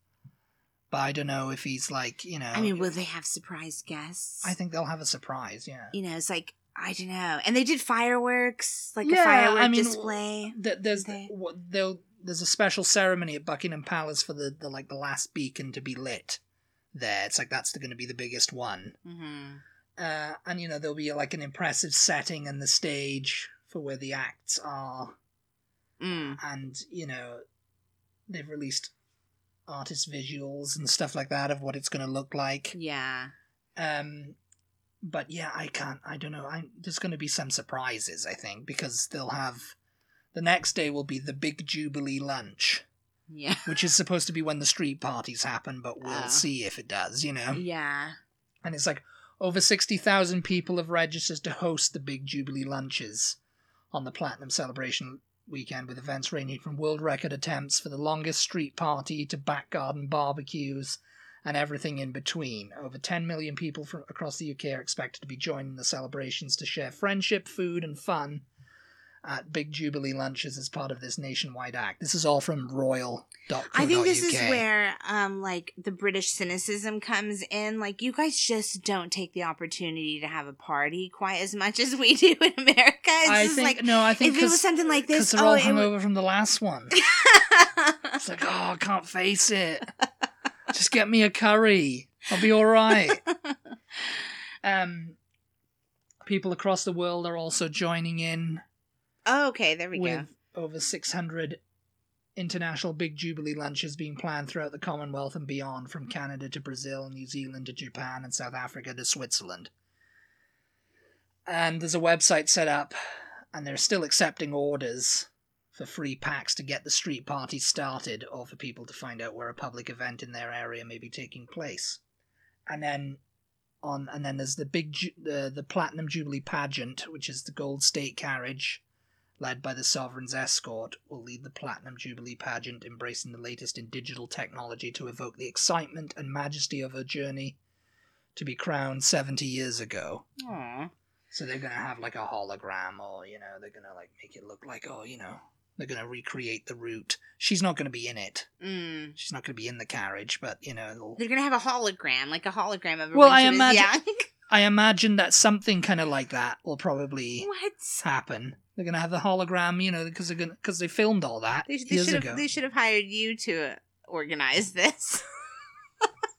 Speaker 1: but i don't know if he's like you know
Speaker 2: I mean, will they have surprise guests?
Speaker 1: i think they'll have a surprise yeah
Speaker 2: you know, it's like I don't know. And they did fireworks, like
Speaker 1: Yeah,
Speaker 2: a firework
Speaker 1: I mean,
Speaker 2: display.
Speaker 1: Th- there's
Speaker 2: They-
Speaker 1: what they'll there's a special ceremony at Buckingham Palace for the, the like the last beacon to be lit. There, it's like that's going to be the biggest one,
Speaker 2: Mm-hmm.
Speaker 1: uh, and you know there'll be like an impressive setting and the stage for where the acts are,
Speaker 2: Mm.
Speaker 1: and you know they've released artist visuals and stuff like that of what it's going to look like.
Speaker 2: Yeah.
Speaker 1: Um, but yeah, I can't. I don't know. I'm, there's going to be some surprises, I think, because they'll have the next day will be the big Jubilee lunch,
Speaker 2: Yeah.
Speaker 1: which is supposed to be when the street parties happen, but we'll
Speaker 2: Oh.
Speaker 1: see if it does, you know.
Speaker 2: Yeah.
Speaker 1: And it's like over sixty thousand people have registered to host the big Jubilee lunches on the Platinum Celebration weekend, with events ranging from world record attempts for the longest street party to back garden barbecues and everything in between. Over 10 million people from across the UK are expected to be joining the celebrations to share friendship, food, and fun at Big Jubilee lunches as part of this nationwide act. This is all from royal.co.uk.
Speaker 2: I think this is where um like the British cynicism comes in. Like you guys just don't take the opportunity to have a party quite as much as we [laughs] do in America. It's
Speaker 1: I
Speaker 2: just
Speaker 1: think
Speaker 2: like
Speaker 1: no, I think
Speaker 2: if it
Speaker 1: 'cause-
Speaker 2: was something like
Speaker 1: because they're
Speaker 2: this, oh,
Speaker 1: all
Speaker 2: it would-
Speaker 1: hungover from the last one. It's like, oh, I can't face it. Just get me a curry. I'll be all right. Um, people across the world are also joining in
Speaker 2: [laughs] oh, okay, there we
Speaker 1: with
Speaker 2: go.
Speaker 1: over 600 international Big Jubilee lunches being planned throughout the Commonwealth and beyond, from Canada to Brazil, New Zealand to Japan, and South Africa to Switzerland. And there's a website set up, and they're still accepting orders for free packs to get the street party started or for people to find out where a public event in their area may be taking place. And then on and then there's the big Ju- the, the platinum jubilee pageant which is the gold state carriage led by the Sovereign's escort, will lead the Platinum Jubilee pageant, embracing the latest in digital technology to evoke the excitement and majesty of her journey to be crowned 70 years ago.
Speaker 2: Aw.
Speaker 1: So they're gonna have like a hologram, or you know, they're gonna like make it look like, oh, you know, they're gonna recreate the route. She's not gonna be in it.
Speaker 2: Mm.
Speaker 1: She's not gonna be in the carriage, but you know, it'll...
Speaker 2: They're gonna have a hologram, like a hologram of.
Speaker 1: Well,
Speaker 2: when
Speaker 1: I
Speaker 2: she was
Speaker 1: imagine-
Speaker 2: young.
Speaker 1: I imagine that something kind of like that will [laughs] probably
Speaker 2: [laughs] what?
Speaker 1: happen. They're gonna have the hologram, you know, because they're gonna because they filmed all that
Speaker 2: They, they
Speaker 1: years
Speaker 2: should
Speaker 1: ago.
Speaker 2: have. They should have hired you to organize this. [laughs]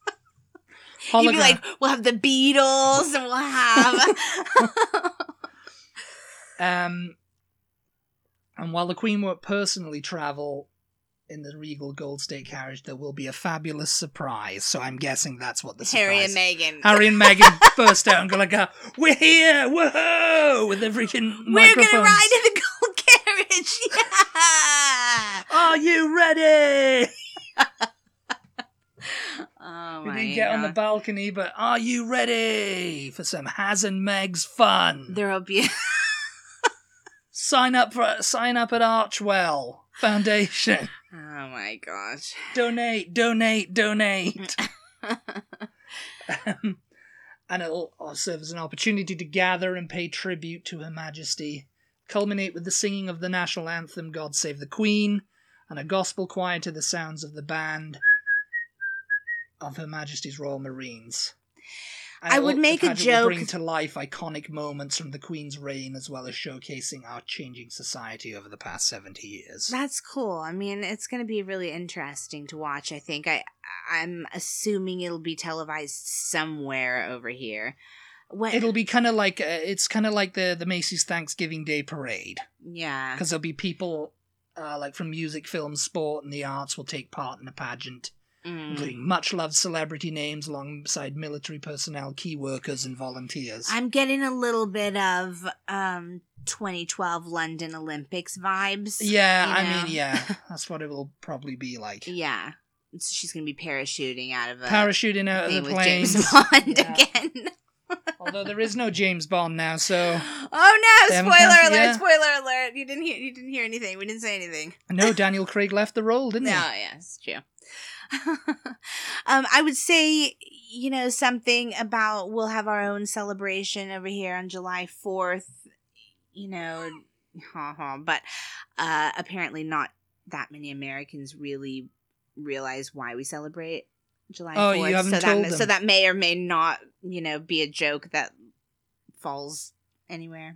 Speaker 1: hologram.
Speaker 2: You'd be like, we'll have the Beatles, and
Speaker 1: [laughs]
Speaker 2: we'll [laughs] have.
Speaker 1: Um, and while the Queen won't personally travel in the regal Gold State carriage, there will be a fabulous surprise. So I'm guessing that's what the
Speaker 2: Harry and
Speaker 1: surprise.
Speaker 2: Meghan.
Speaker 1: Harry and Meghan
Speaker 2: [laughs]
Speaker 1: burst out and go like, uh, "We're here! Whoa!" With their freaking
Speaker 2: We're
Speaker 1: microphones.
Speaker 2: gonna ride in the gold [laughs] carriage. Yeah.
Speaker 1: Are you ready?
Speaker 2: Oh
Speaker 1: we
Speaker 2: my
Speaker 1: didn't get on the
Speaker 2: God.
Speaker 1: balcony, but are you ready for some Haz and Meg's fun?
Speaker 2: There'll be. [laughs]
Speaker 1: Sign up for sign up at Archwell Foundation.
Speaker 2: Oh my gosh.
Speaker 1: donate, donate,
Speaker 2: [laughs]
Speaker 1: donate. um, and it'll uh, serve as an opportunity to gather and pay tribute to Her Majesty, culminate with the singing of the national anthem God Save the Queen, and a gospel choir to the sounds of the band of Her Majesty's Royal Marines. And
Speaker 2: I
Speaker 1: it'll-
Speaker 2: would
Speaker 1: the
Speaker 2: make a
Speaker 1: pageant will Bring
Speaker 2: joke-
Speaker 1: to life iconic moments from the Queen's reign, as well as showcasing our changing society over the past seventy years.
Speaker 2: That's cool. I mean, it's going to be really interesting to watch. I think I I'm assuming it'll be televised somewhere over here. What?
Speaker 1: It'll be kind of like uh, it's kind of like the the Macy's Thanksgiving Day Parade
Speaker 2: yeah.
Speaker 1: because there'll be people uh, like from music, film, sport, and the arts will take part in the pageant,
Speaker 2: Mm.
Speaker 1: including much loved celebrity names alongside military personnel, key workers, and volunteers.
Speaker 2: I'm getting a little bit of um 2012 London Olympics vibes.
Speaker 1: yeah,
Speaker 2: you
Speaker 1: I
Speaker 2: know.
Speaker 1: mean, yeah,
Speaker 2: [laughs]
Speaker 1: that's what it will probably be like.
Speaker 2: Yeah. So she's going to be parachuting out of a
Speaker 1: Parachuting out
Speaker 2: thing
Speaker 1: of the
Speaker 2: with
Speaker 1: plane.
Speaker 2: James [laughs] Bond
Speaker 1: Yeah.
Speaker 2: again.
Speaker 1: [laughs] Although there is no James Bond now, so
Speaker 2: [laughs] oh
Speaker 1: They
Speaker 2: no! Spoiler
Speaker 1: haven't come-
Speaker 2: alert!
Speaker 1: yeah.
Speaker 2: Spoiler alert! You didn't hear. You didn't hear anything. We didn't say anything. [laughs]
Speaker 1: no Daniel Craig left the role, didn't
Speaker 2: No,
Speaker 1: he?
Speaker 2: yeah, it's true. [laughs] um, I would say, you know, something about we'll have our own celebration over here on July 4th, you know, [laughs] haha, but uh, apparently not that many Americans really realize why we celebrate July
Speaker 1: Oh,
Speaker 2: 4th.
Speaker 1: you haven't
Speaker 2: so,
Speaker 1: told
Speaker 2: that, so
Speaker 1: them.
Speaker 2: that may or may not, you know, be a joke that falls
Speaker 1: [laughs]
Speaker 2: anywhere.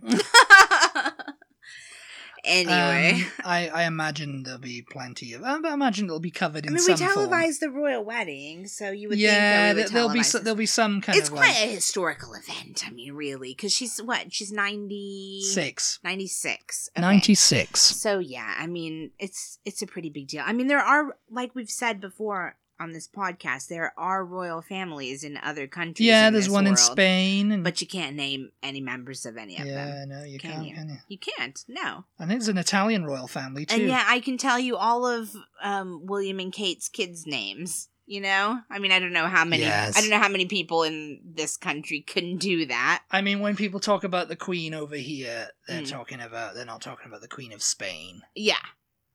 Speaker 2: anyway.
Speaker 1: Um, I, I imagine there'll be plenty of. I imagine it'll be covered in
Speaker 2: I mean, we
Speaker 1: some form.
Speaker 2: televised the royal wedding, so you would
Speaker 1: yeah,
Speaker 2: think that we would
Speaker 1: there, will be
Speaker 2: televise
Speaker 1: so,
Speaker 2: this.
Speaker 1: there'll be some kind
Speaker 2: It's
Speaker 1: of
Speaker 2: quite
Speaker 1: like
Speaker 2: a historical event. I mean, really, because she's what? She's ninety
Speaker 1: six.
Speaker 2: 96. Okay.
Speaker 1: 96.
Speaker 2: So yeah, I mean, it's it's a pretty big deal. I mean, there are like we've said before on this podcast, there are royal families in other countries.
Speaker 1: Yeah,
Speaker 2: in
Speaker 1: there's
Speaker 2: this
Speaker 1: one in
Speaker 2: world,
Speaker 1: Spain, and
Speaker 2: but you can't name any members of any of them.
Speaker 1: yeah, no, you
Speaker 2: Can
Speaker 1: can't.
Speaker 2: you?
Speaker 1: Can you?
Speaker 2: You can't. No.
Speaker 1: And it's an Italian royal family too.
Speaker 2: And yeah, I can tell you all of um, William and Kate's kids' names. You know, I mean, I don't know how many.
Speaker 1: Yes.
Speaker 2: I don't know how many people in this country can do that.
Speaker 1: I mean, when people talk about the Queen over here, they're
Speaker 2: Mm.
Speaker 1: talking about they're not talking about the Queen of Spain.
Speaker 2: Yeah,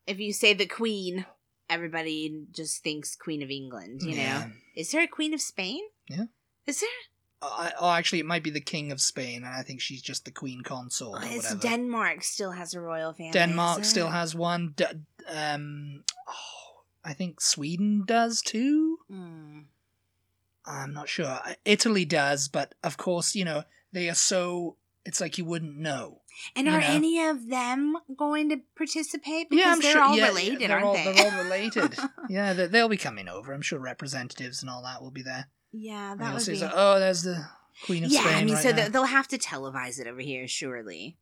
Speaker 2: if you say the Queen, everybody just thinks Queen of England. You know,
Speaker 1: Yeah.
Speaker 2: is there a Queen of Spain?
Speaker 1: Yeah.
Speaker 2: Is there?
Speaker 1: I, oh, actually, it might be the King of Spain, and I think she's just the Queen Consort. or
Speaker 2: Oh, it's
Speaker 1: whatever.
Speaker 2: Denmark still has a royal family.
Speaker 1: Denmark
Speaker 2: is
Speaker 1: still
Speaker 2: there?
Speaker 1: has one. D- um, oh, I think Sweden does too.
Speaker 2: Hmm.
Speaker 1: I'm not sure. Italy does, but of course, you know, they are so. It's like you wouldn't know.
Speaker 2: And
Speaker 1: You
Speaker 2: are
Speaker 1: know.
Speaker 2: any of them going to participate? Because
Speaker 1: yeah, I'm
Speaker 2: they're
Speaker 1: sure.
Speaker 2: all
Speaker 1: yeah,
Speaker 2: related,
Speaker 1: yeah, they're
Speaker 2: aren't
Speaker 1: all,
Speaker 2: they?
Speaker 1: They're all
Speaker 2: [laughs]
Speaker 1: related. yeah, they, they'll be coming over. I'm sure representatives and all that will be there.
Speaker 2: yeah,
Speaker 1: And
Speaker 2: that
Speaker 1: you'll
Speaker 2: would
Speaker 1: see,
Speaker 2: be.
Speaker 1: it's like, oh, there's the Queen of
Speaker 2: yeah,
Speaker 1: Spain.
Speaker 2: I mean,
Speaker 1: right
Speaker 2: so
Speaker 1: now.
Speaker 2: they- they'll have to televise it over here, surely.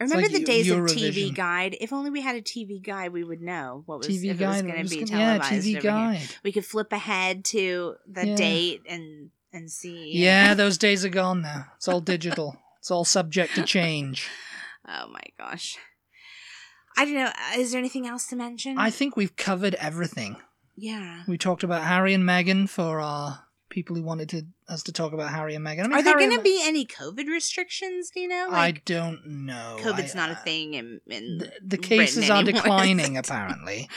Speaker 1: It's
Speaker 2: Remember
Speaker 1: like
Speaker 2: the
Speaker 1: Eu-
Speaker 2: days of TV
Speaker 1: Eurovision.
Speaker 2: Guide? If only we had a TV Guide, we would know what was
Speaker 1: TV
Speaker 2: if
Speaker 1: guide.
Speaker 2: it was
Speaker 1: I'm
Speaker 2: going to
Speaker 1: just
Speaker 2: be
Speaker 1: gonna- yeah,
Speaker 2: televised.
Speaker 1: TV
Speaker 2: over here.
Speaker 1: guide.
Speaker 2: We could flip ahead to the
Speaker 1: Yeah.
Speaker 2: date and and see.
Speaker 1: Yeah, those days are gone now. It's all
Speaker 2: [laughs]
Speaker 1: digital. it's all subject to change.
Speaker 2: Oh my gosh. I don't know. uh, Is there anything else to mention?
Speaker 1: I think we've covered everything.
Speaker 2: yeah.
Speaker 1: We talked about Harry and Meghan for our people who wanted to us to talk about Harry and Meghan. I mean,
Speaker 2: Are there
Speaker 1: Harry and
Speaker 2: going to
Speaker 1: Me-
Speaker 2: be any COVID restrictions? Do you know?
Speaker 1: I
Speaker 2: Like
Speaker 1: don't know.
Speaker 2: COVID's
Speaker 1: I-
Speaker 2: not a
Speaker 1: uh,
Speaker 2: thing, and, and
Speaker 1: The, the
Speaker 2: Britain
Speaker 1: cases are
Speaker 2: anymore, [laughs] is
Speaker 1: declining,
Speaker 2: it?
Speaker 1: apparently.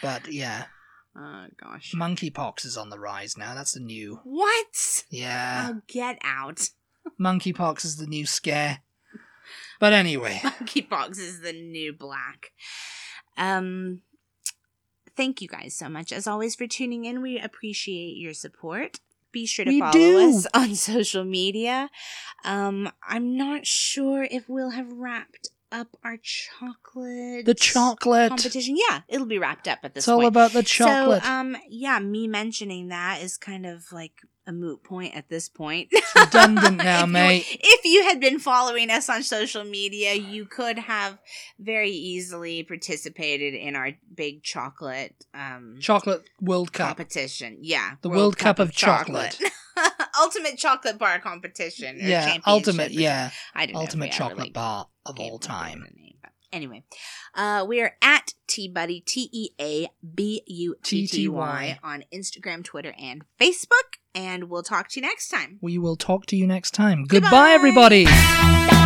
Speaker 1: But yeah,
Speaker 2: oh gosh.
Speaker 1: monkeypox is on the rise now. That's the new.
Speaker 2: what?
Speaker 1: Yeah.
Speaker 2: oh, get out.
Speaker 1: Monkeypox is the new scare. But
Speaker 2: [laughs]
Speaker 1: anyway,
Speaker 2: Monkeypox is the new black. Um, thank you guys so much, as always, for tuning in. We appreciate your support. Be sure to
Speaker 1: We
Speaker 2: follow
Speaker 1: do.
Speaker 2: us on [laughs] social media. Um, I'm not sure if we'll have wrapped up our chocolate.
Speaker 1: the chocolate.
Speaker 2: competition. Yeah, it'll be wrapped up at this
Speaker 1: It's all
Speaker 2: point.
Speaker 1: about the chocolate.
Speaker 2: So, um, yeah, me mentioning that is kind of like a moot point at this point. [laughs]
Speaker 1: redundant now,
Speaker 2: If you-
Speaker 1: mate.
Speaker 2: If you had been following us on social media, you could have very easily participated in our big chocolate um,
Speaker 1: chocolate World Cup.
Speaker 2: competition. Yeah,
Speaker 1: The World Cup of chocolate.
Speaker 2: [laughs] ultimate chocolate bar competition. Or
Speaker 1: Yeah,
Speaker 2: championship
Speaker 1: ultimate.
Speaker 2: or
Speaker 1: Yeah,
Speaker 2: something. I didn't
Speaker 1: ultimate
Speaker 2: know if we ever,
Speaker 1: chocolate
Speaker 2: like,
Speaker 1: bar of
Speaker 2: gave
Speaker 1: all
Speaker 2: them
Speaker 1: time.
Speaker 2: the name, but Anyway, uh, we are at T Buddy T E A B U T T Y
Speaker 1: TTY.
Speaker 2: on Instagram, Twitter, and Facebook, and we'll talk to you next time.
Speaker 1: We will talk to you next time.
Speaker 2: Goodbye.
Speaker 1: Goodbye everybody.
Speaker 2: everybody.